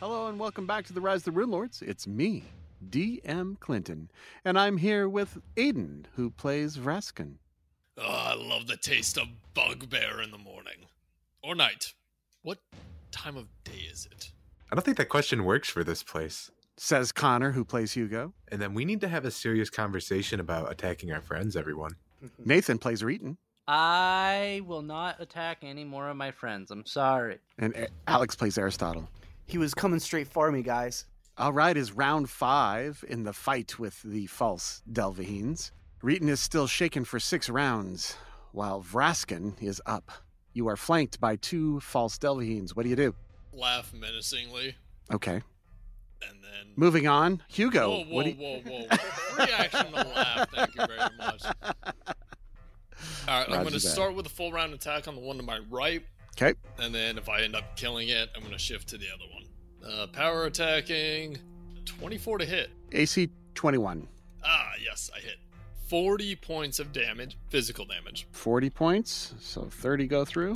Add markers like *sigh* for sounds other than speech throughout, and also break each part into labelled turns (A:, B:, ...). A: Hello and welcome back to the Rise of the Rune Lords. It's me, DM Clinton, and I'm here with Aiden, who plays Vraskin.
B: Oh, I love the taste of bugbear in the morning. Or night. What time of day is it?
C: I don't think that question works for this place.
A: Says Connor, who plays Hugo.
C: And then we need to have a serious conversation about attacking our friends, everyone.
A: Nathan plays Reeton,
D: I will not attack any more of my friends. I'm sorry.
A: and A- Alex plays Aristotle.
E: He was coming straight for me, guys.
A: All right, is round five in the fight with the false Delvahines. Reeton is still shaken for six rounds, while Vraskin is up. You are flanked by two false Delvahines. What do you do?
B: Laugh menacingly,
A: Okay.
B: and then.
A: Moving on. Hugo.
B: Whoa, whoa,
A: what do you-
B: whoa, whoa,
A: *laughs*
B: whoa. Free action to laugh. Thank you very much. All right, I'm
A: Roger
B: going to
A: that.
B: start with a full round attack on the one to my right,
A: Okay.
B: and then if I end up killing it, I'm going to shift to the other one. Uh, power attacking, 24 to hit.
A: AC 21.
B: Ah, yes, I hit. 40 points of damage, physical damage.
A: 40 points. So 30 go through.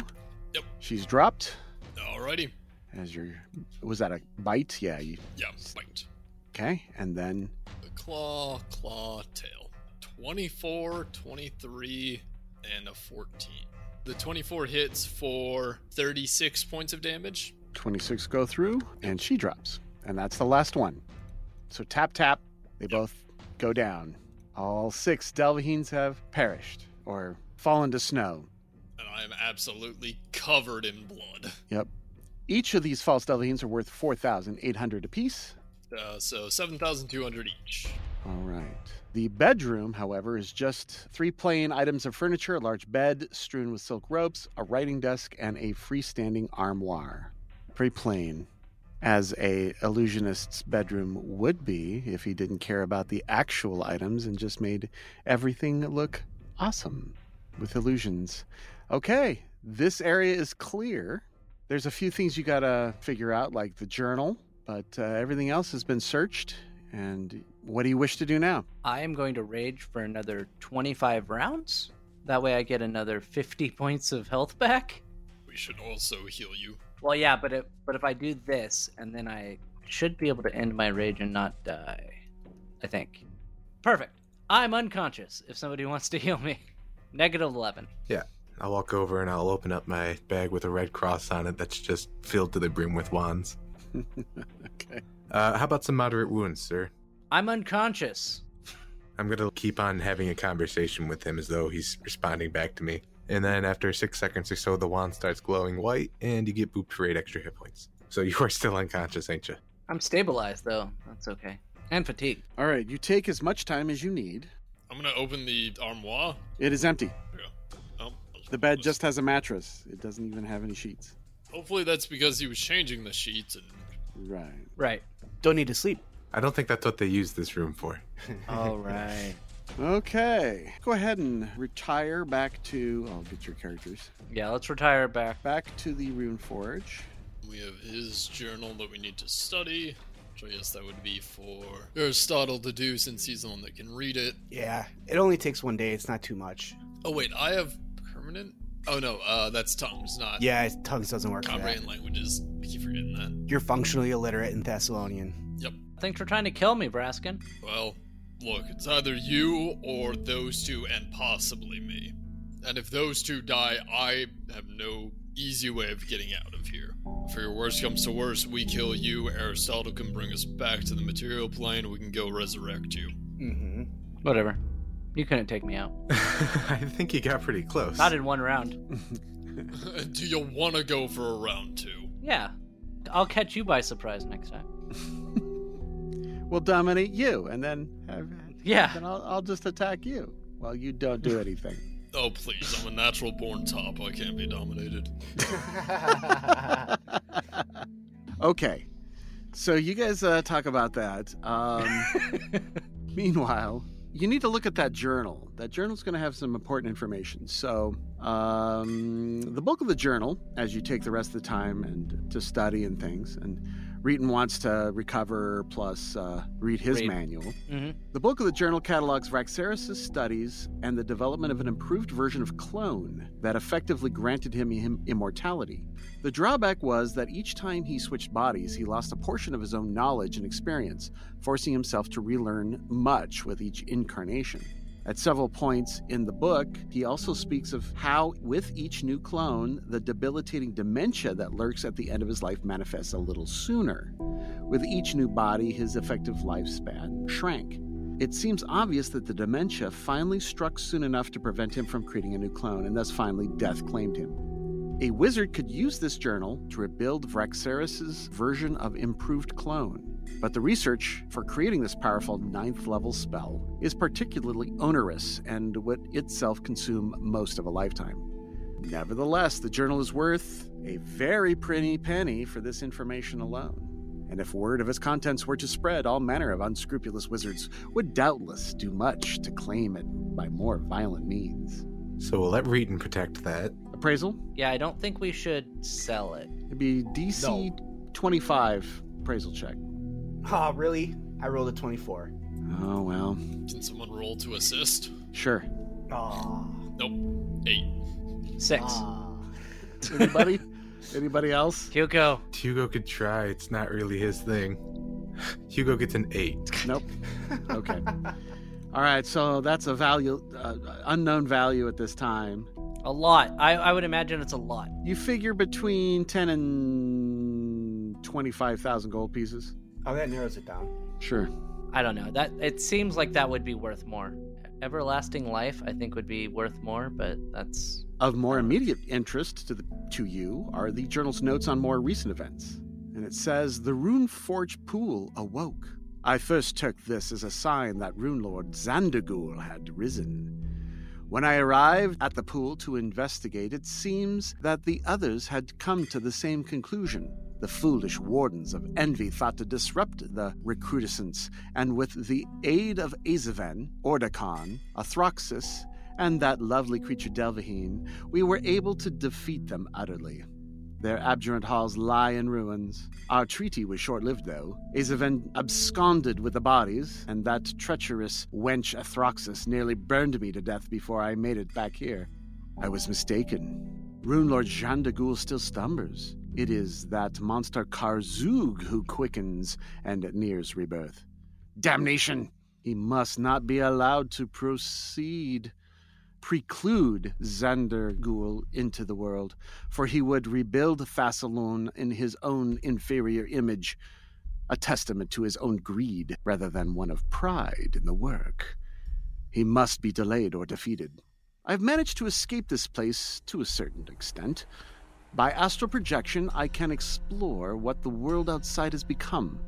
B: Yep.
A: She's dropped.
B: Alrighty.
A: As your was that a bite? Yeah. You,
B: Yeah, bite.
A: okay. And then
B: The claw, claw, tail. 24, 23, and a 14. The 24 hits for 36 points of damage.
A: 26 go through, and she drops, and that's the last one. So tap tap. They both go down. All six Delvahines have perished or fallen to snow.
B: And I am absolutely covered in blood.
A: Yep. Each of these false Delvahines are worth 4,800 apiece.
B: Uh, so 7,200 each.
A: All right. The bedroom, however, is just three plain items of furniture a large bed strewn with silk ropes, a writing desk, and a freestanding armoire. Pretty plain, as a illusionist's bedroom would be if he didn't care about the actual items and just made everything look awesome with illusions. Okay, this area is clear. There's a few things you gotta figure out, like the journal, but uh, everything else has been searched. And what do you wish to do now?
D: I am going to rage for another 25 rounds. That way I get another 50 *laughs* points of health back.
B: We should also heal you.
D: Well, yeah, but if, but if I do this and then I should be able to end my rage and not die. I think. Perfect. I'm unconscious if somebody *laughs* wants to heal me. Negative 11.
C: I'll walk over and I'll open up my bag with a red cross on it that's just filled to the brim with wands.
A: Okay.
C: Uh, how about some moderate wounds, sir?
D: I'm unconscious.
C: I'm gonna keep on having a conversation with him as though he's responding back to me. And then after six seconds or so, the wand starts glowing white, and you get booped for eight extra hit points. So you *laughs* are still unconscious, ain't you?
D: I'm stabilized though. That's okay. And fatigued.
A: All right, you take as much time as you need.
B: I'm going to open the armoire.
A: It is empty.
B: Oh,
A: The bed just has a mattress, it doesn't even have any sheets.
B: Hopefully that's because he was changing the sheets and.
A: Right.
D: Right.
E: Don't need to sleep.
C: I don't think that's what they use this room for. *laughs*
D: All right.
A: Okay. Go ahead and retire back to. I'll get your characters.
D: Yeah, let's retire back.
A: Back to the Rune Forge.
B: We have his journal that we need to study. So I guess that would be for Aristotle to do since he's the one that can read it.
E: Yeah, it only takes one day. It's not too much.
B: Oh wait, I have permanent. Oh no, uh, that's tongues, not
E: Yeah, it- tongues doesn't work for that.
B: comprehend languages. I keep forgetting that.
E: You're functionally illiterate in Thessalonian.
D: Thanks for trying to kill me, Braskin.
B: Well, look, it's either you or those two, and possibly me. And if those two die, I have no easy way of getting out of here. For your worst comes to worst, we kill you. Aristotle can bring us back to the material plane. We can go resurrect you. *laughs*
E: Mm-hmm.
D: Whatever. You couldn't take me out.
C: I think he got pretty close.
D: Not in one round.
B: do you want to go for a round two?
D: Yeah. I'll catch you by surprise next time.
A: We'll dominate you, and then have.
D: Yeah.
A: Then I'll, I'll just attack you while you don't do anything.
B: Oh please, I'm a natural born top. I can't be dominated.
A: okay. So you guys uh, talk about that. Um, meanwhile, you need to look at that journal. That journal's going to have some important information. So um, the bulk of the journal, as you take the rest of the time and to study and things, and Reeton wants to recover plus uh, read his
D: Read.
A: manual.
D: Mhm.
A: The bulk of the journal catalogs Raxaris' studies and the development of an improved version of Clone that effectively granted him im- immortality. The drawback was that each time he switched bodies, he lost a portion of his own knowledge and experience, forcing himself to relearn much with each incarnation. At several points in the book, he also speaks of how, with each new clone, the debilitating dementia that lurks at the end of his life manifests a little sooner. With each new body, his effective lifespan shrank. It seems obvious that the dementia finally struck soon enough to prevent him from creating a new clone, and thus finally death claimed him. A wizard could use this journal to rebuild Vraxaris' version of improved clone, but the research for creating this powerful ninth level spell is particularly onerous and would itself consume most of a lifetime. Nevertheless, the journal is worth a very pretty penny for this information alone. And if word of its contents were to spread, all manner of unscrupulous wizards would doubtless do much to claim it by more violent means.
C: So we'll let Reeton protect that.
A: Appraisal?
D: Yeah, I don't think we should sell it.
A: It'd be DC 25 appraisal check.
E: Oh, really? I rolled a 24.
A: Oh, well.
B: Can someone roll to assist?
A: Sure.
E: Oh.
B: Eight.
D: Six.
A: Anybody? *laughs* Anybody else?
D: Kyoko.
C: Hugo could try. It's not really his thing. *sighs* Hugo gets an eight. *laughs*
A: Nope. Okay. All right, so that's a value, uh, unknown value at this time.
D: A lot. I, I would imagine it's a lot.
A: You figure between 10 and 25,000 gold pieces.
E: Oh, that narrows it down.
A: Sure.
D: I don't know. That it seems like that would be worth more. Everlasting life, I think, would be worth more, but that's
A: Of more immediate interest to, the, to you are the journal's notes on more recent events. And it says the Rune Forge pool awoke. I first took this as a sign that Rune Lord Zandergul had risen. When I arrived at the pool to investigate, it seems that the others had come to the same conclusion. The foolish wardens of envy thought to disrupt the recrudescence, and with the aid of Azaven, Ordakon, Athroxis, and that lovely creature Delvaheen, we were able to defeat them utterly. Their abjurant halls lie in ruins. Our treaty was short lived, though. Azaven absconded with the bodies, and that treacherous wench Athroxis nearly burned me to death before I made it back here. I was mistaken. Rune Lord Jean de Gaulle still slumbers. It is that monster Karzug who quickens and nears rebirth. Damnation! He must not be allowed to proceed preclude Zandergul into the world, for he would rebuild Thassalon in his own inferior image, a testament to his own greed rather than one of pride in the work. He must be delayed or defeated. I've managed to escape this place to a certain extent. By astral projection, I can explore what the world outside has become.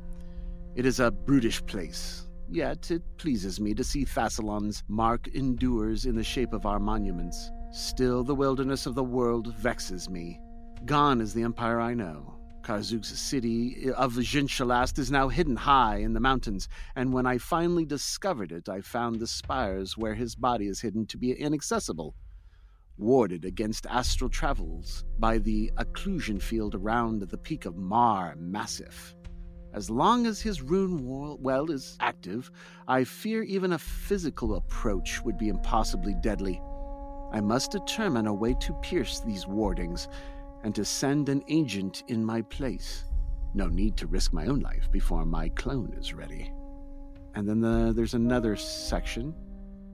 A: It is a brutish place, yet it pleases me to see Thassalon's mark endures in the shape of our monuments. Still, the wilderness of the world vexes me. Gone is the empire I know. Karzug's city of Jinshalast is now hidden high in the mountains, and when I finally discovered it, I found the spires where his body is hidden to be inaccessible, warded against astral travels by the occlusion field around the peak of Mar Massif. As long as his rune wall well is active, I fear even a physical approach would be impossibly deadly. I must determine a way to pierce these wardings and to send an agent in my place. No need to risk my own life before my clone is ready. And then the, there's another section.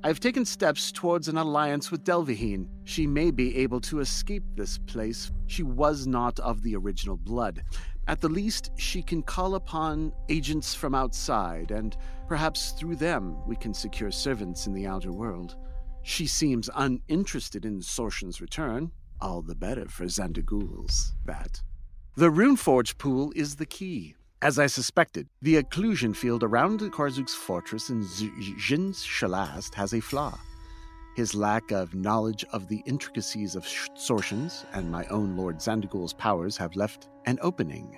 A: I've taken steps towards an alliance with Delvaheen. She may be able to escape this place. She was not of the original blood. At the least, she can call upon agents from outside, and perhaps through them we can secure servants in the outer world. She seems uninterested in Sorshin's return. All the better for Zandagool's, that. The Runeforge pool is the key. As I suspected, the occlusion field around Karzuk's fortress in Z- Jin's Shalast has a flaw. His lack of knowledge of the intricacies of Sh- sortions and my own Lord Zandigul's powers have left an opening.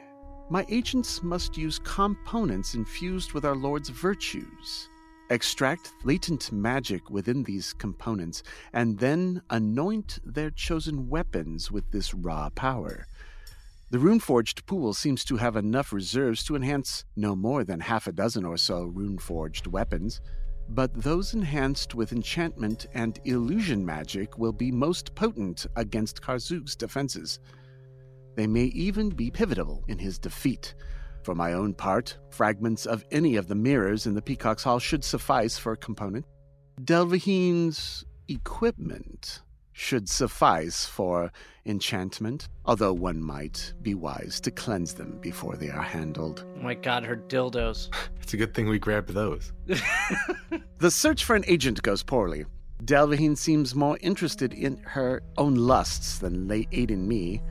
A: My agents must use components infused with our Lord's virtues, extract latent magic within these components, and then anoint their chosen weapons with this raw power. The runeforged pool seems to have enough reserves to enhance no more than half a dozen or so runeforged weapons, but those enhanced with enchantment and illusion magic will be most potent against Karzug's defenses. They may even be pivotal in his defeat. For my own part, fragments of any of the mirrors in the Peacock's Hall should suffice for a component. Delvahin's equipment should suffice for enchantment, although one might be wise to cleanse them before they are handled.
D: Oh my god, her dildos.
C: It's a good thing we grabbed those.
A: The search for an agent goes poorly. Delvaheen seems more interested in her own lusts than they aid in me.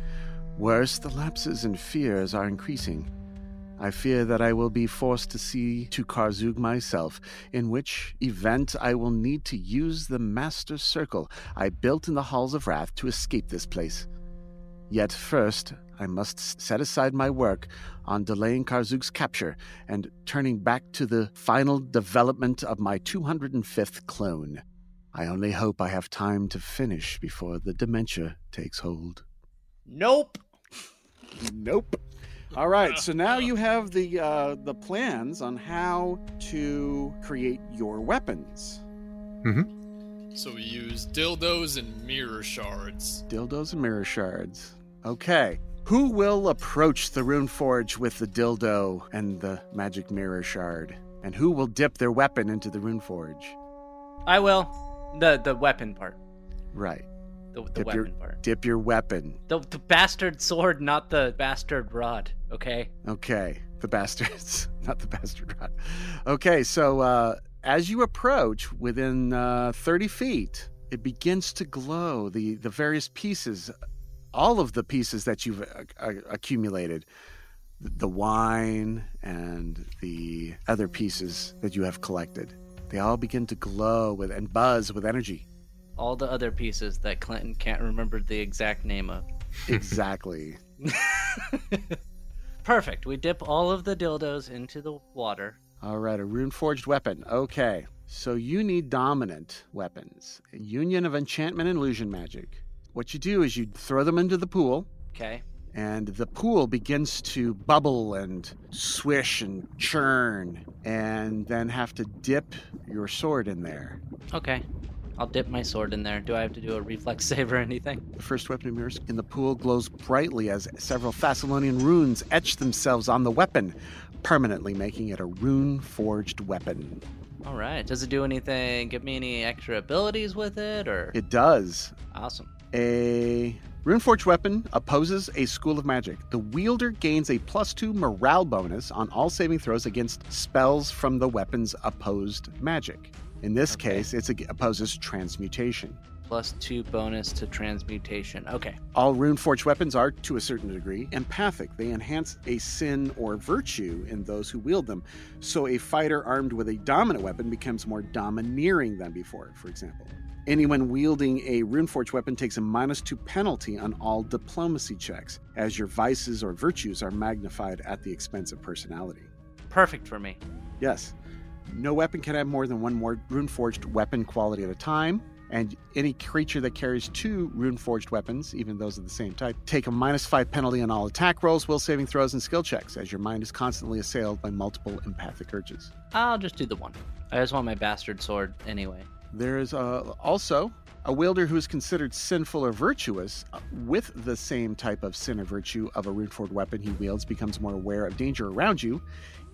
A: Worse, the lapses and fears are increasing. I fear that I will be forced to see to Karzug myself, in which event I will need to use the Master Circle I built in the Halls of Wrath to escape this place. Yet first, I must s- set aside my work on delaying Karzug's capture and turning back to the final development of my 205th clone. I only hope I have time to finish before the dementia takes hold.
D: nope.
A: Nope. All right, so now you have the uh, the plans on how to create your weapons.
C: Mm-hmm.
B: So we use dildos and mirror shards.
A: Dildos and mirror shards. Okay. Who will approach the rune forge with the dildo and the magic mirror shard? And who will dip their weapon into the rune forge?
D: I will. The the weapon part.
A: Right.
D: The, the
A: Dip
D: weapon
A: your-
D: part.
A: Dip your weapon.
D: The, the bastard sword, not the bastard rod, okay?
A: Okay. The bastards, *laughs* not the bastard rod. Okay, so uh, as you approach within uh, 30 feet, it begins to glow. The, the various pieces, all of the pieces that you've uh, uh, accumulated, the wine and the other pieces that you have collected, they all begin to glow with and buzz with energy.
D: All the other pieces that Clinton can't remember the exact name of.
A: Exactly.
D: Perfect. We dip all of the dildos into the water.
A: All right, a rune forged weapon. Okay. So you need dominant weapons. A union of enchantment and illusion magic. What you do is you throw them into the pool,
D: Okay.
A: and the pool begins to bubble and swish and churn, and then have to dip your sword in there.
D: Okay. I'll dip my sword in there. Do I have to do a reflex *laughs* save or anything?
A: The first weapon of yours in the pool glows brightly as several Thessalonian runes etch themselves on the weapon, permanently making it a rune forged weapon.
D: All right. Does it do anything? Give me any extra abilities with it or
A: It does
D: Awesome.
A: A Runeforge weapon opposes a school of magic. The wielder gains a plus two morale bonus on all saving throws against spells from the weapon's opposed magic. In this
D: Okay.
A: case, it opposes transmutation.
D: Plus 2 bonus to transmutation. Okay.
A: All Runeforge weapons are, to a certain degree, empathic. They enhance a sin or virtue in those who wield them. So a fighter armed with a dominant weapon becomes more domineering than before, for example. Anyone wielding a Runeforge weapon takes a minus two penalty on all diplomacy checks, as your vices or virtues are magnified at the expense of personality.
D: Perfect for me.
A: Yes. No weapon can have more than one more runeforged weapon quality at a time, and any creature that carries two runeforged weapons, even those of the same type, take a minus five penalty on all attack rolls, will saving throws, and skill checks, as your mind is constantly assailed by multiple empathic urges.
D: I'll just do the one. I just want my bastard sword anyway.
A: There is uh, also a wielder who is considered sinful or virtuous uh, with the same type of sin or virtue of a runeforged weapon he wields becomes more aware of danger around you,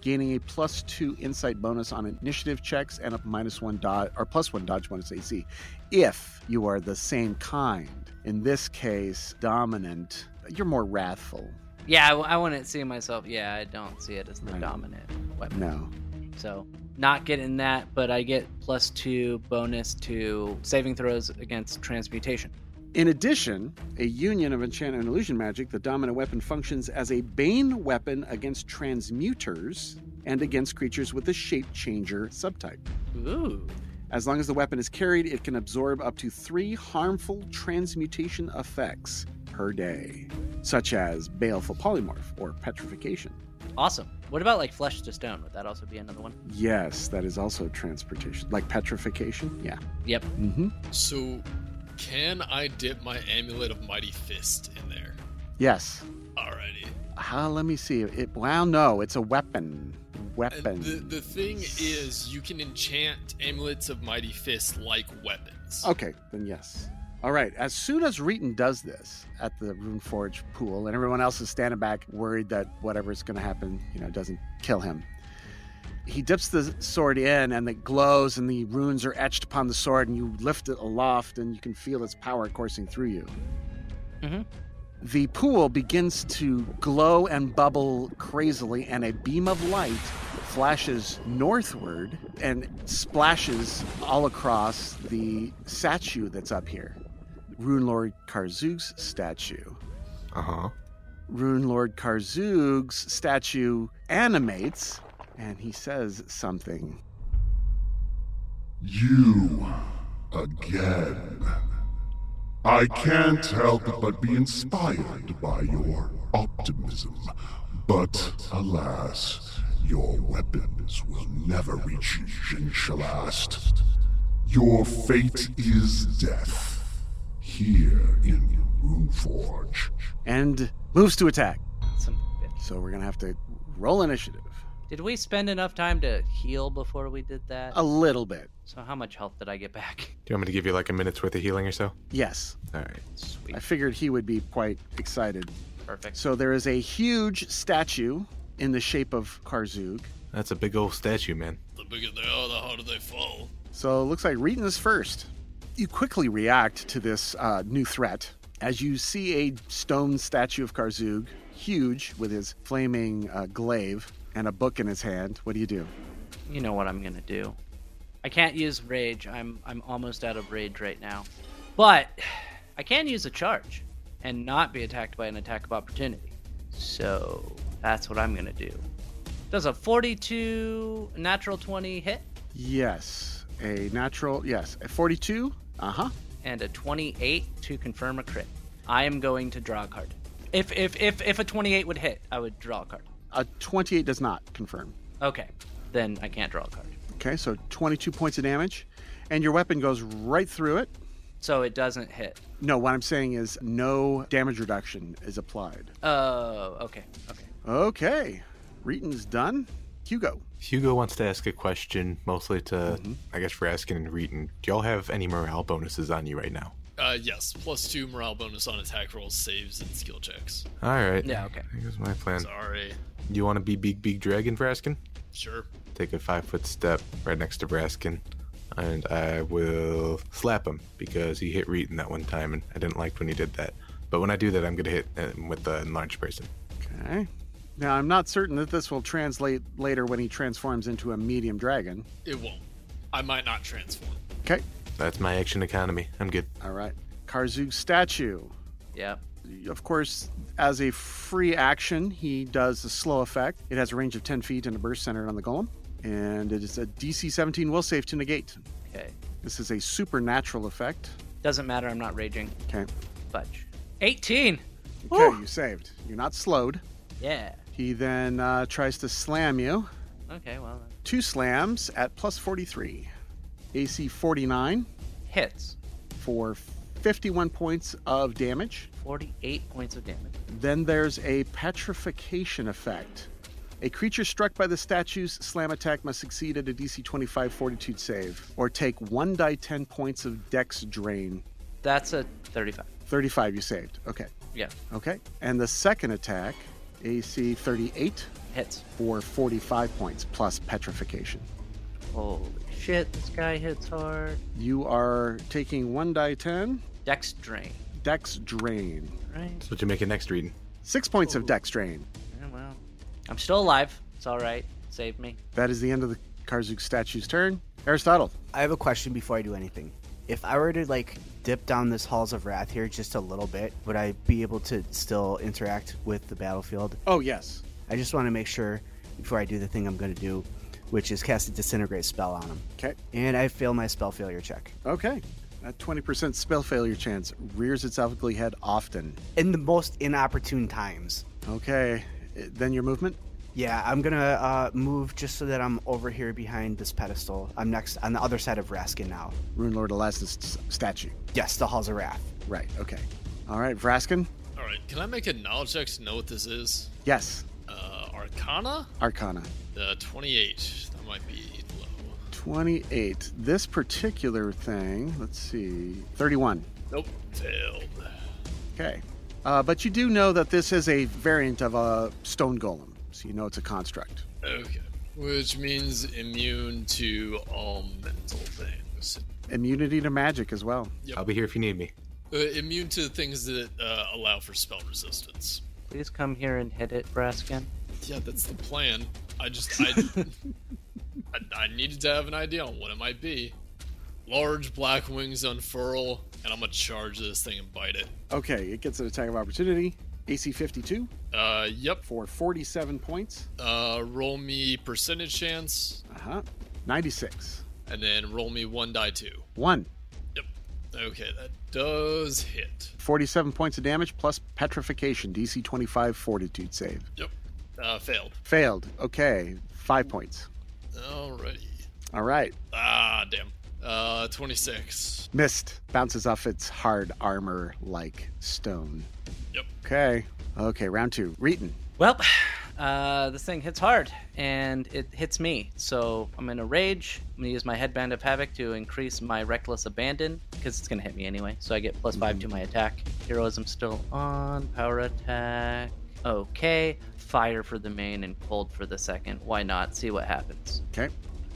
A: gaining a plus two insight bonus on initiative checks and a minus one dodge or plus one dodge bonus AC if you are the same kind. In this case, dominant, you're more wrathful.
D: Yeah, I, w- I wouldn't see myself. Yeah, I don't see it as the
A: Right.
D: dominant weapon.
A: No.
D: So, not getting that, but I get plus two bonus to saving throws against transmutation.
A: In addition, a union of enchantment and illusion magic, the dominant weapon functions as a bane weapon against transmuters and against creatures with the shape changer subtype.
D: Ooh.
A: As long as the weapon is carried, it can absorb up to three harmful transmutation effects per day, such as baleful polymorph or petrification.
D: Awesome. What about like flesh to stone? Would that also be another one?
A: Yes, that is also transportation, like petrification. Yeah.
D: Yep.
A: Mm-hmm.
B: So, can I dip my amulet of mighty fist in there?
A: Yes.
B: Alrighty.
A: Ah, let me see. It. Well, no, it's a weapon. Weapon.
B: And Uh, the, the thing is, you can enchant amulets of mighty fist like weapons.
A: Okay, then yes. All right. As soon as Reeton does this at the Runeforge pool, and everyone else is standing back, worried that whatever's going to happen, you know, doesn't kill him, he dips the sword in, and it glows, and the runes are etched upon the sword, and you lift it aloft, and you can feel its power coursing through you.
D: Mhm.
A: The pool begins to glow and bubble crazily, and a beam of light flashes northward and splashes all across the statue that's up here. Rune Lord Karzug's statue.
C: Uh huh.
A: Rune Lord Karzug's statue animates and he says something.
F: You again. I can't help but be inspired by your optimism, but alas, your weapons will never reach Jinshalast. Your fate is death here in Runeforge.
A: And moves to attack.
D: Some bitch.
A: So we're going to have to roll initiative.
D: Did we spend enough time to heal before we did that?
A: A little bit.
D: So how much health did I get back? *laughs*
C: Do you want me to give you like a minute's worth of healing or so?
A: Yes.
C: All right.
D: Sweet.
A: I figured he would be quite excited.
D: Perfect.
A: So there is a huge statue in the shape of Karzug.
C: That's a big old statue, man.
B: The bigger they are, the harder they fall.
A: So it looks like Reeton is first. You quickly react to this uh, new threat as you see a stone statue of Karzug, huge, with his flaming uh, glaive and a book in his hand. What do you do?
D: You know what I'm gonna do. I can't use rage. I'm I'm almost out of rage right now. But *sighs* I can use a charge and not be attacked by an attack of opportunity. So that's what I'm gonna do. Does a 42 natural 20 hit
A: Yes, a natural, yes, a 42. Uh huh.
D: and a 28 to confirm a crit. I am going to draw a card. If if if if a 28 would hit, I would draw a card.
A: A 28 does not confirm.
D: Okay, then I can't draw a card.
A: Okay, so 22 points of damage, and your weapon goes right through it.
D: So it doesn't hit.
A: No, what I'm saying is no damage reduction is applied.
D: Oh, okay, okay.
A: Okay, Reeton's done. Hugo.
C: Hugo wants to ask a question, mostly to,
D: Mm-hmm.
C: I guess, for asking and reading. Do y'all have any morale bonuses on you right now?
B: Uh, yes, plus two morale bonus on attack rolls, saves, and skill checks.
C: All right.
D: Yeah, okay.
C: I guess my plan.
B: Sorry.
C: You want to be big, big dragon, Braskin?
B: Sure.
C: Take a five foot step right next to Braskin, and I will slap him because he hit Reeton that one time, and I didn't like when he did that. But when I do that, I'm gonna hit him with the enlarged person.
A: Okay. Now, I'm not certain that this will translate later when he transforms into a medium dragon.
B: It won't. I might not transform.
A: Okay.
C: That's my action economy. I'm good.
A: All right. Karzug's statue.
D: Yeah.
A: Of course, as a free action, he does the slow effect. It has a range of 10 feet and a burst centered on the golem. And it is a DC 17 will save to negate.
D: Okay.
A: This is a supernatural effect.
D: Doesn't matter. I'm not raging.
A: Okay.
D: Fudge. 18.
A: Okay,
D: Woo!
A: you saved. You're not slowed.
D: Yeah.
A: He then uh, tries to slam you.
D: Okay. Well, uh, that
A: Two slams at plus 43. AC 49.
D: hits.
A: for 51 points of damage.
D: 48 points of damage.
A: Then there's a petrification effect. A creature struck by the statue's slam attack must succeed at a DC 25 fortitude save or take 1 die 10 points of dex drain.
D: That's a 35.
A: 35 you saved. Okay.
D: Yeah.
A: Okay. And the second attack, AC 38
D: Hits.
A: for 45 points plus petrification.
D: Holy shit! This guy hits hard.
A: You are taking 1 die 10
D: Dex drain.
A: dex drain.
D: Right.
C: That's what you make it next, Reeton.
A: 6 points
D: Ooh.
A: of dex drain.
D: Yeah, well, I'm still alive. It's all right. Save me.
A: That is the end of the Karzuk statue's turn. Aristotle.
E: I have a question before I do anything. If I were to like dip down this halls of wrath here just a little bit, would I be able to still interact with the battlefield?
A: Oh, yes.
E: I just want to make sure before I do the thing I'm going to do, which is cast a disintegrate spell on him.
A: Okay.
E: And I fail my spell failure check.
A: Okay. That 20% spell failure chance rears its ugly head often.
E: In the most inopportune times.
A: Okay. eh, Then your movement?
E: Yeah, I'm going to uh, move just so that I'm over here behind this pedestal. I'm next on the other side of Raskin now.
A: Rune Lord Elastin's statue.
E: Yes, the halls of wrath.
A: Right. Okay. All right, Vraskin.
B: All right, Alright, can I make a knowledge check to know what this is?
A: Yes,
B: Uh, Arcana?
A: Arcana.
B: Uh, 28. That might be low.
A: 28. This particular thing, let's see, 31.
B: Nope, failed.
A: Okay. Uh, but you do know that this is a variant of a stone golem, so you know it's a construct.
B: Okay. Which means immune to all mental things.
A: Immunity to magic as well.
C: I'll be here if you need me.
B: Uh, immune to things that uh, allow for spell resistance.
D: Please come here and hit it, Braskin.
B: Yeah, that's the plan. I just I, *laughs* I I needed to have an idea on what it might be. Large black wings unfurl, and I'm gonna charge this thing and bite it.
A: Okay, it gets an attack of opportunity. AC 52
B: Uh, yep.
A: for 47 points.
B: Uh, roll me percentage chance,
A: Uh huh. 96.
B: and then roll me one die two.
A: One.
B: Yep. Okay, that does hit.
A: 47 points of damage plus petrification. DC 25 fortitude save.
B: Yep. Uh, failed.
A: Failed. Okay, five points.
B: Alrighty.
A: All right.
B: Ah, damn. Uh, 26.
A: Missed. Bounces off its hard armor like stone.
B: Yep.
A: Okay. Okay, round two. Reeton.
D: Well, *sighs* uh, this thing hits hard, and it hits me. So I'm in a rage. I'm going to use my Headband of Havoc to increase my Reckless Abandon, because it's going to hit me anyway. So I get plus five to my attack. Heroism still on. Power attack. Okay. Fire for the main and cold for the second. Why not? See what happens.
A: Okay.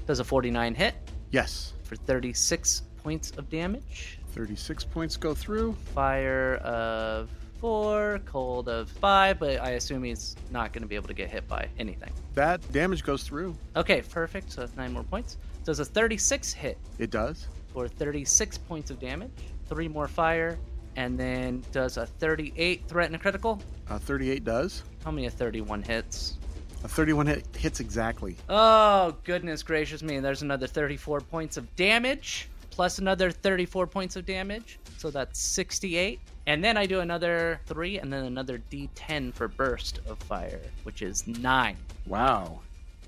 D: Does a 49 hit
A: Yes.
D: for 36 points of damage.
A: 36 points go through.
D: Fire of four, cold of five, but I assume he's not going to be able to get hit by anything.
A: That damage goes through.
D: Okay, perfect. So that's nine more points. Does a 36 hit
A: It does.
D: for 36 points of damage, three more fire, and then does a 38 threaten a critical?
A: Uh, 38 does.
D: Tell me a 31 hits.
A: A 31 hit, hits exactly.
D: Oh, goodness gracious me. There's another 34 points of damage, plus another 34 points of damage. So that's 68. And then I do another three, and then another d10 for burst of fire, which is nine.
A: Wow.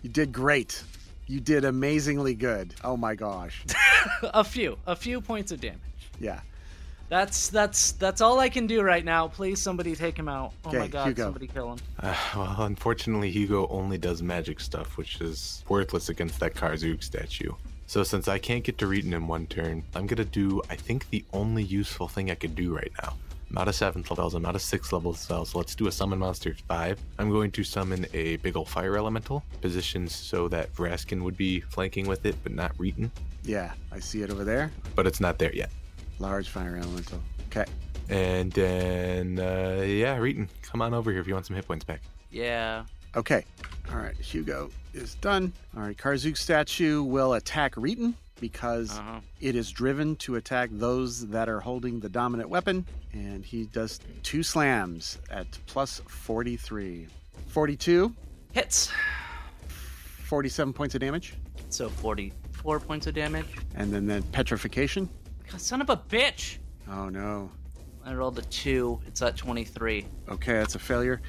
A: You did great. You did amazingly good. Oh my gosh.
D: a few, a few points of damage.
A: Yeah.
D: That's that's that's all I can do right now. Please, somebody take him out. Oh my
A: Okay,
D: God,
A: Hugo.
D: somebody kill him.
C: Uh, *sighs* well, unfortunately, Hugo only does magic stuff, which is worthless against that Karzook statue. So since I can't get to reading in one turn, I'm gonna do I think the only useful thing I could do right now. I'm out of seventh levels, I'm out of sixth level spells, so let's do a summon monster five. I'm going to summon a big ol' fire elemental, positioned so that Vraskin would be flanking with it, but not Reeton.
A: Yeah. I see it over there.
C: But it's not there yet.
A: Large fire elemental. Okay.
C: And then uh, yeah, Reeton, come on over here if you want some hit points back.
D: Yeah.
A: Okay. All right. Hugo is done. All right. Karzook statue will attack Reeton because
D: Uh huh.
A: it is driven to attack those that are holding the dominant weapon. And he does two slams at plus 43. 42,
D: Hits.
A: 47 points of damage.
D: So forty-four points of damage.
A: And then, then petrification.
D: God, son of a bitch!
A: Oh no.
D: I rolled a two. It's at twenty-three.
A: Okay, that's a failure.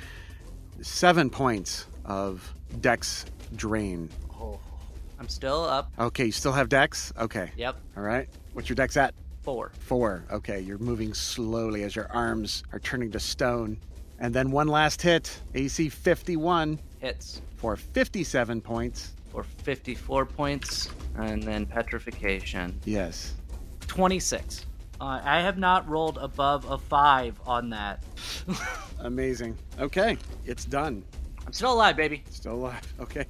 A: Seven points of Dex drain.
D: Oh. I'm still up.
A: Okay, you still have Dex? Okay.
D: Yep.
A: All right. What's your Dex at?
D: Four.
A: Four. Okay, you're moving slowly as your arms are turning to stone. And then one last hit, AC 51
D: Hits
A: for 57 points.
D: for fifty-four points, and then petrification.
A: Yes.
D: Twenty-six. Uh, I have not rolled above a five on that.
A: Amazing. Okay, it's done.
D: I'm still alive, baby.
A: Still alive. *laughs* Okay.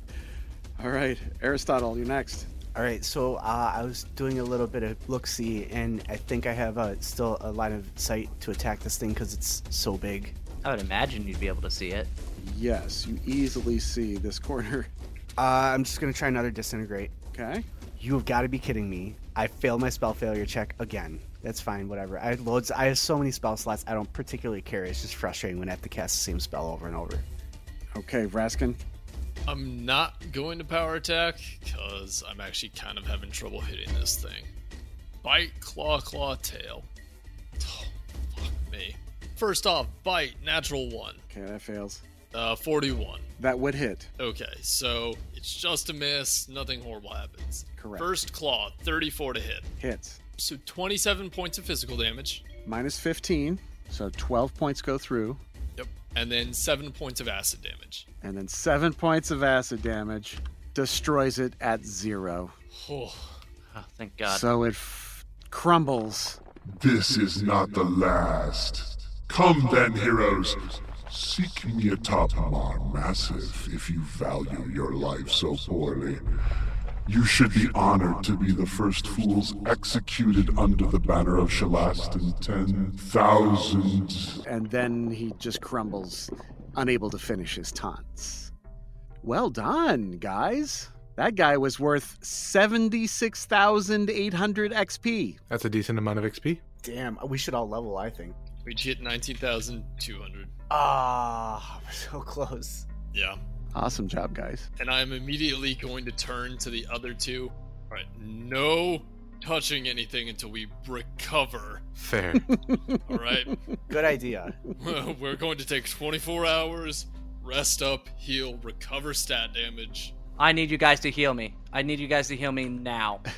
A: All right, Aristotle, you're next.
E: All right, so uh, I was doing a little bit of look see, and I think I have uh, still a line of sight to attack this thing because it's so big.
D: I would imagine you'd be able to see it.
A: Yes, you easily see this corner. *laughs*
E: Uh, I'm just gonna try another disintegrate.
A: Okay.
E: You've got to be kidding me! I failed my spell failure check again. That's fine, whatever. I had loads. I have so many spell slots. I don't particularly care. It's just frustrating when I have to cast the same spell over and over.
A: Okay, Vraskin.
B: I'm not going to power attack because I'm actually kind of having trouble hitting this thing. Bite, claw, claw, tail. Oh, fuck me. First off, bite, natural one.
A: Okay, that fails.
B: Uh, 41.
A: That would hit.
B: Okay, so it's just a miss. Nothing horrible happens.
A: Correct.
B: First claw, 34 to hit.
A: Hits.
B: So 27 points of physical damage.
A: Minus 15. So 12 points go through,
B: Yep. And then seven points of acid damage.
A: and then seven points of acid damage destroys it at zero.
B: Oh,
D: Oh, thank God.
A: So it f- crumbles.
F: This is not the last. Come then, heroes. Seek me atop Mar Massive if you value your life so poorly. You should be honored to be the first fools executed under the banner of Shalastin 10,000.
A: And then he just crumbles, unable to finish his taunts. Well done, guys. That guy was worth 76,800 XP.
C: That's a decent amount of XP.
E: Damn, we should all level, I think.
B: we hit 19,200.
E: Ah, *laughs* we're so close.
B: Yeah.
A: Awesome job, guys.
B: And I'm immediately going to turn to the other two. All right. No touching anything until we recover.
C: Fair.
B: All right. *laughs*
E: Good idea.
B: Well, we're going to take 24 hours, rest up, heal, recover stat damage.
D: I need you guys to heal me. I need you guys to heal
E: *laughs*
D: me now. Oh,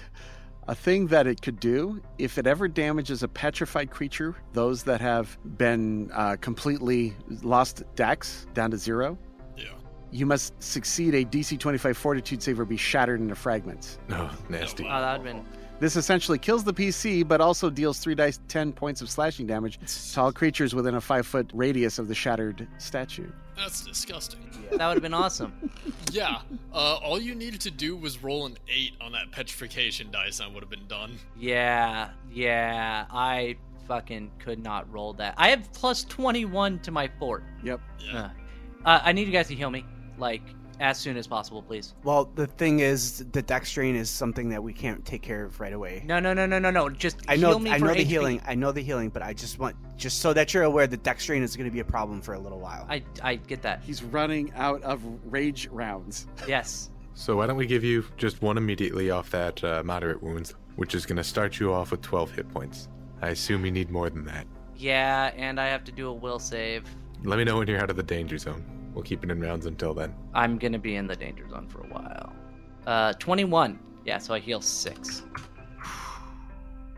A: A thing that it could do, if it ever damages a petrified creature, those that have been uh, completely lost dex down to zero,
B: Yeah.
A: you must succeed a DC 25 fortitude save or be shattered into fragments.
C: No, nasty.
D: Oh, that would been.
A: This essentially kills the PC, but also deals 3 dice 10 points of slashing damage to all creatures within a 5 foot radius of the shattered statue.
B: That's disgusting.
D: That would have
E: *laughs*
D: been awesome.
B: Yeah. Uh, all you needed to do was roll an 8 on that petrification dice, and I would have been done.
D: Yeah, yeah. I fucking could not roll that. I have plus 21 to my fort.
A: Yep.
B: Yeah.
D: Uh, I need you guys to heal me, like as soon as possible, please.
E: Well, the thing is, the dex drain is something that we can't take care of right away.
D: No, no, no, no, no, no. Just
E: I know,
D: Heal me
E: I
D: for
E: know the
D: HP.
E: healing. I know the healing, but I just want, just so that you're aware, the dex drain is going to be a problem for a little while.
D: I I get that.
A: He's running out of rage rounds.
D: Yes.
C: So why don't we give you just one immediately off that uh, moderate wounds, which is going to start you off with 12 hit points. I assume you need more than that.
D: Yeah, and I have to do a will save.
C: Let me know when you're out of the danger zone. We'll keep it in rounds until *sighs* then.
D: I'm gonna be in the danger zone for a while. Uh, 21. Yeah, so I heal six.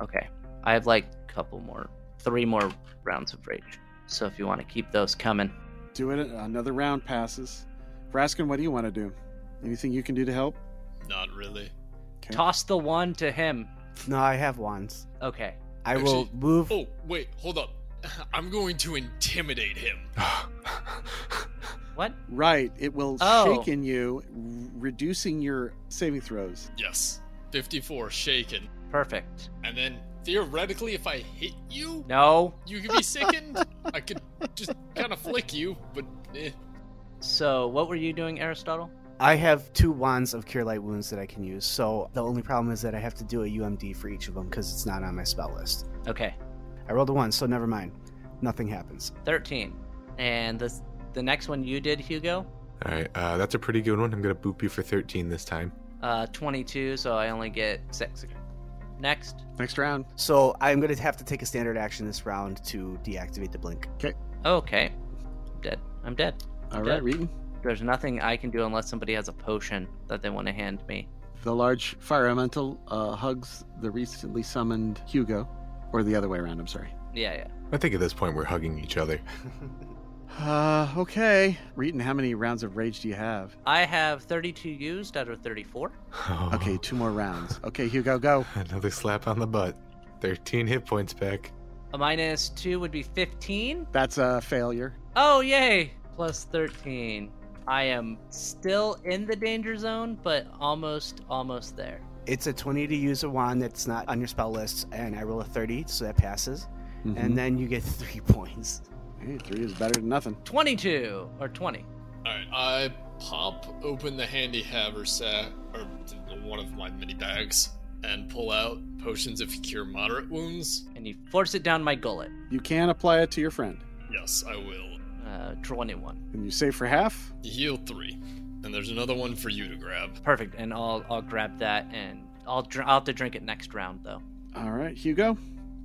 D: Okay, I have like a couple more, three more rounds of rage. So if you want to keep those coming,
A: Doing it, another round passes. Raskin, what do you want to do? Anything you can do to help?
B: Not really.
A: Okay.
D: toss the one to him.
E: no, I have wands.
D: Okay.
E: I will
B: Actually-
E: move.
B: Oh, wait, hold up. *laughs* I'm going to intimidate him.
D: What?
A: Right. It will
D: Oh.
A: shake in you, r- reducing your saving throws.
B: Yes. 54, shaken.
D: Perfect.
B: And then theoretically, if I hit you,
D: No.
B: you could be sickened. I could just kind of flick you, but eh.
D: So what were you doing, Aristotle?
E: I have two wands of cure light wounds that I can use. So the only problem is that I have to do a UMD for each of them because it's not on my spell list.
D: Okay.
E: I rolled a one, so never mind. Nothing happens.
D: 13. And the the next one you did, Hugo,
C: All right, uh, that's a pretty good one. I'm going to boop you for 13 this time.
D: uh, 22. So I only get six. Next.
A: Next round.
E: So I'm going to have to take a standard action this round to deactivate the blink.
D: Okay. Dead. I'm dead.
A: All
D: Okay.
A: right, Reeton.
D: There's nothing I can do unless somebody has a potion that they want to hand me.
A: The large fire elemental uh, hugs the recently summoned Hugo, or the other way around, I'm sorry.
D: Yeah, yeah.
C: I think at this point we're hugging each other. *laughs*
A: Uh, okay. Reeton, how many rounds of rage do you have?
D: I have 32 used out of 34.
A: Okay, two more rounds. Okay, Hugo, go.
C: Oh, Another slap on the butt. 13 hit points back.
D: A minus 2 would be 15.
A: That's a failure.
D: Oh, yay! Plus 13. I am still in the danger zone, but almost, almost there.
E: It's a 20 to use a wand that's not on your spell list, and I roll a 30, so that passes.
A: Mm-hmm.
E: And then you get *laughs* three points.
A: Hey, three is better than nothing.
D: 22 or 20.
B: Alright, I pop open the handy haversack, or th- one of my mini bags, and pull out potions of cure moderate wounds.
D: And you force it down my gullet.
A: You can apply it to your friend.
B: Yes, I will.
D: Uh, 21.
A: And you save for half?
B: You heal three. And there's another one for you to grab.
D: Perfect. And I'll I'll grab that and I'll dr- I'll have to drink it next round though.
A: All right, Hugo.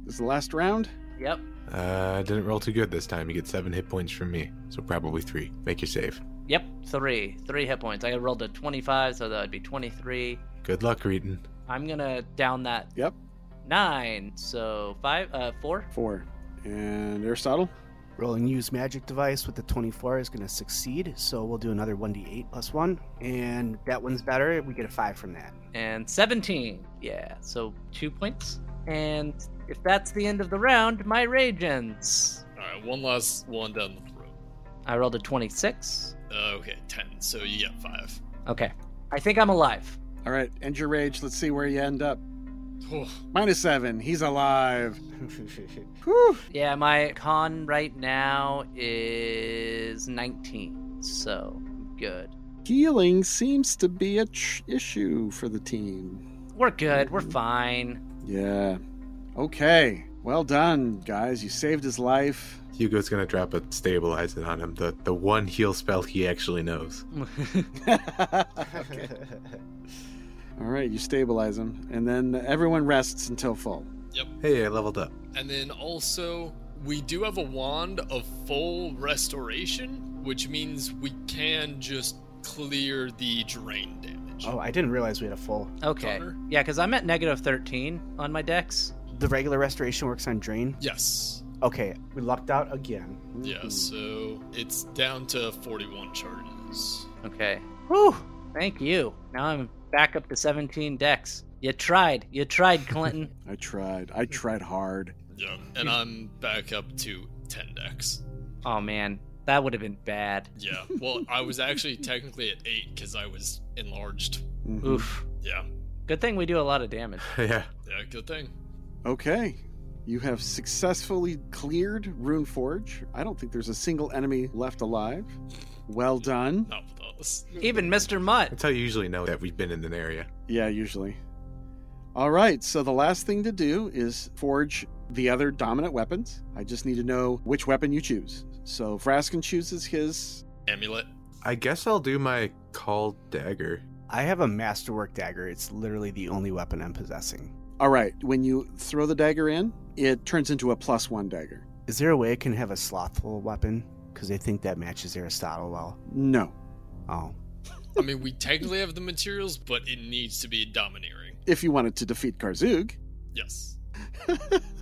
A: This is the last round.
D: Yep.
C: Uh, didn't roll too good this time. You get seven hit points from me, so probably three. Make your save.
D: Yep. Three. Three hit points. I rolled a 25, so that would be 23.
C: Good luck, Reeton.
D: I'm gonna down that
A: Yep.
D: nine. So five, uh, four.
A: Four. And Aristotle?
E: Rolling use magic device with the 24 is going to succeed, so we'll do another 1d8 plus 1. And that one's better. We get a 5 from that.
D: and 17. Yeah, so two points. And if that's the end of the round, my rage ends.
B: Alright, one last one down the throat.
D: I rolled a 26.
B: Uh, okay, 10. So you get 5.
D: Okay. I think I'm alive.
A: All right, end your rage. Let's see where you end up.
B: Oh,
A: Minus seven. He's alive. Whew.
D: Yeah, my con right now is 19. So good.
A: Healing seems to be a tr- issue for the team.
D: We're good. We're fine. *laughs*
A: Yeah. Okay. Well done, guys. You saved his life. *laughs*
C: Hugo's gonna drop a stabilize it on him. The the one heal spell he actually knows.
A: okay. All right, you stabilize him, and then everyone rests until full.
C: Hey, I leveled up.
B: And then also, we do have a wand of full restoration, which means we can just clear the drain damage.
E: *laughs* oh, I didn't realize we had a full.
D: okay.
B: Connor?
D: Yeah, because I'm at negative 13 on my decks.
E: The regular restoration works on drain.
B: Yes.
E: Okay, we lucked out again.
B: Yeah, so it's down to 41 charges.
D: Okay. Whew. Thank you. Now I'm back up to 17 decks. You tried. You tried, Clinton.
A: Mm-hmm. I tried. I tried hard.
B: Yeah, and I'm back up to 10 decks.
D: oh, man. That would have been bad.
B: Yeah, well, I was actually technically at 8 because I was enlarged.
A: Mhm.
D: Oof.
B: Yeah,
D: Good thing we do a lot of damage.
C: *laughs* yeah.
B: yeah, good thing.
A: Okay. You have successfully cleared Rune Forge. I don't think there's a single enemy left alive. Well done.
B: Not with us.
D: Even Mr. Mutt.
C: That's how you usually know that we've been in an area.
A: Yeah, usually. All right, so the last thing to do is forge the other dominant weapons. I just need to know which weapon you choose. So Vraskin chooses his.
B: Amulet.
C: I guess I'll do my call dagger.
E: I have a masterwork dagger. It's literally the only weapon I'm possessing.
A: All right, when you throw the dagger in, it turns into a plus one dagger.
E: Is there a way I can have a slothful weapon? Because I think that matches Aristotle well.
A: No.
E: Oh,
B: I mean, we technically have the materials, but it needs to be domineering.
A: If you wanted to defeat Karzug,
B: Yes. *laughs*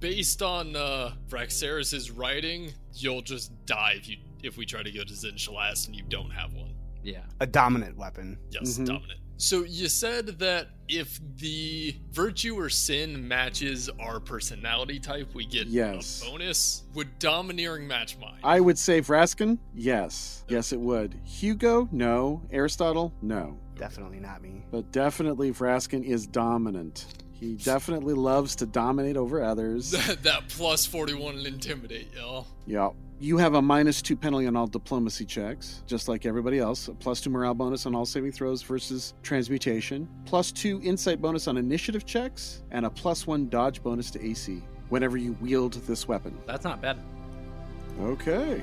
B: Based on uh, Vraxaris' writing, you'll just die if you if we try to go to Zinchalas and you don't have one.
D: Yeah.
E: a dominant weapon.
B: Yes,
A: Mhm.
B: dominant. So you said that if the virtue or sin matches our personality type, we get
A: Yes.
B: a bonus. Would domineering match mine?
A: I would say Vraskin, yes. Yes, it would. Hugo, no. Aristotle, no.
E: Definitely not me.
A: But definitely Vraskin is dominant. He definitely loves to dominate over
B: *laughs*
A: others.
B: that, that plus 41 and intimidate, y'all.
A: yeah. You have a minus two penalty on all diplomacy checks, just like everybody else. A plus two morale bonus on all saving throws versus transmutation. Plus two insight bonus on initiative checks, and a plus one dodge bonus to AC whenever you wield this weapon.
D: That's not bad.
A: Okay.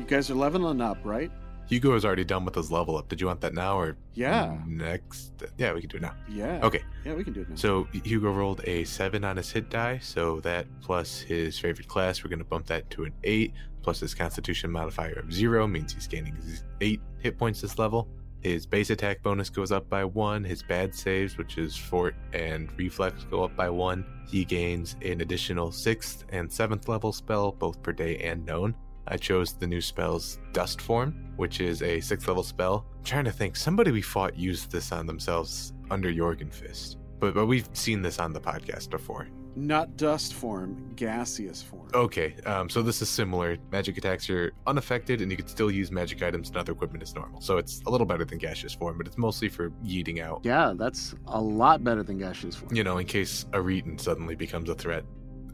A: You guys are leveling up, right?
C: Hugo is already done with his level up. Did you want that now or
A: Yeah.
C: next? Yeah, we can do it now.
A: Yeah.
C: Okay.
A: Yeah, we can do it now.
C: So Hugo rolled a seven on his hit die, so that plus his favorite class, we're gonna bump that to an eight. Plus his Constitution modifier of zero means he's gaining z- eight hit points this level. His base attack bonus goes up by one. His bad saves, which is fort and reflex, go up by one. He gains an additional sixth and seventh level spell, both per day and known. I chose the new spell's Dust Form, which is a sixth level spell. I'm trying to think, somebody we fought used this on themselves under Jorgenfist. But, but we've seen this on the podcast before.
A: Not dust form, gaseous form.
C: Okay, um, so this is similar. Magic attacks are unaffected, and you can still use magic items and other equipment as normal. So it's a little better than gaseous form, but it's mostly for yeeting out.
A: Yeah, that's a lot better than gaseous form.
C: You know, in case a Reeton suddenly becomes a threat.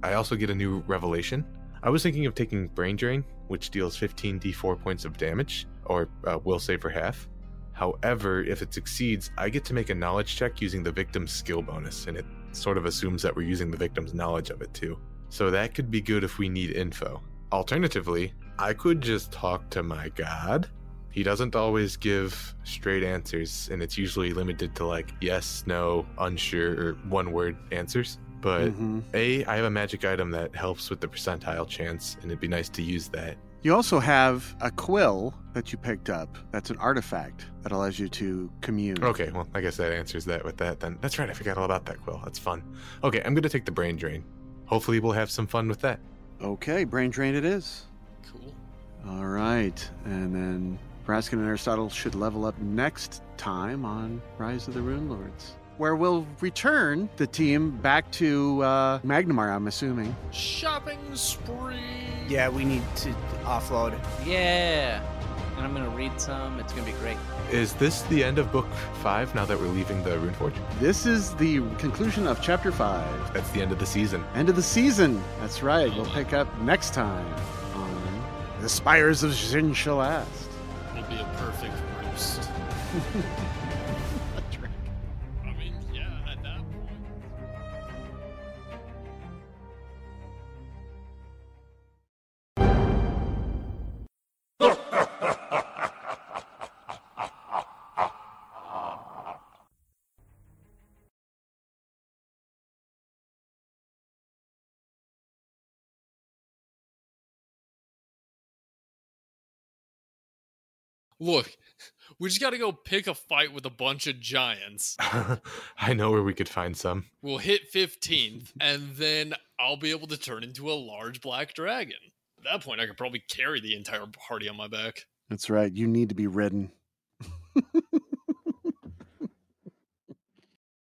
C: I also get a new revelation. I was thinking of taking Brain Drain, which deals 15d4 points of damage, or uh, will save for half. However, if it succeeds, I get to make a knowledge check using the victim's skill bonus, and it sort of assumes that we're using the victim's knowledge of it too. So that could be good if we need info. Alternatively, I could just talk to my god. He doesn't always give straight answers, and it's usually limited to like yes, no, unsure, or one word answers. But
A: Mhm.
C: A, I have a magic item that helps with the percentile chance, and it'd be nice to use that.
A: You also have a quill that you picked up. That's an artifact that allows you to commune.
C: Okay, well, I guess that answers that with that then. That's right, I forgot all about that quill. That's fun. Okay, I'm gonna take the brain drain. hopefully we'll have some fun with that.
A: Okay, brain drain it is.
B: Cool.
A: All right, and then Braskin and Aristotle should level up next time on Rise of the Rune Lords, where we'll return the team back to uh, Magnamar, I'm assuming.
B: Shopping spree.
E: Yeah, we need to offload.
D: Yeah. And I'm gonna read some. It's gonna be great.
C: Is this the end of book five now that we're leaving the Rune Forge?
A: This is the conclusion of Chapter 5,
C: That's the end of the season. *laughs*
A: end of the season. That's right, we'll pick up next time on The Spires of Zin Shalast.
B: It'll be a perfect roost. I mean, yeah, at that point. Look, we just gotta go pick a fight with a bunch of giants.
C: I know where we could find some.
B: We'll hit 15th, and then I'll be able to turn into a large black dragon. At that point, I could probably carry the entire party on my back.
A: That's right, you need to be ridden.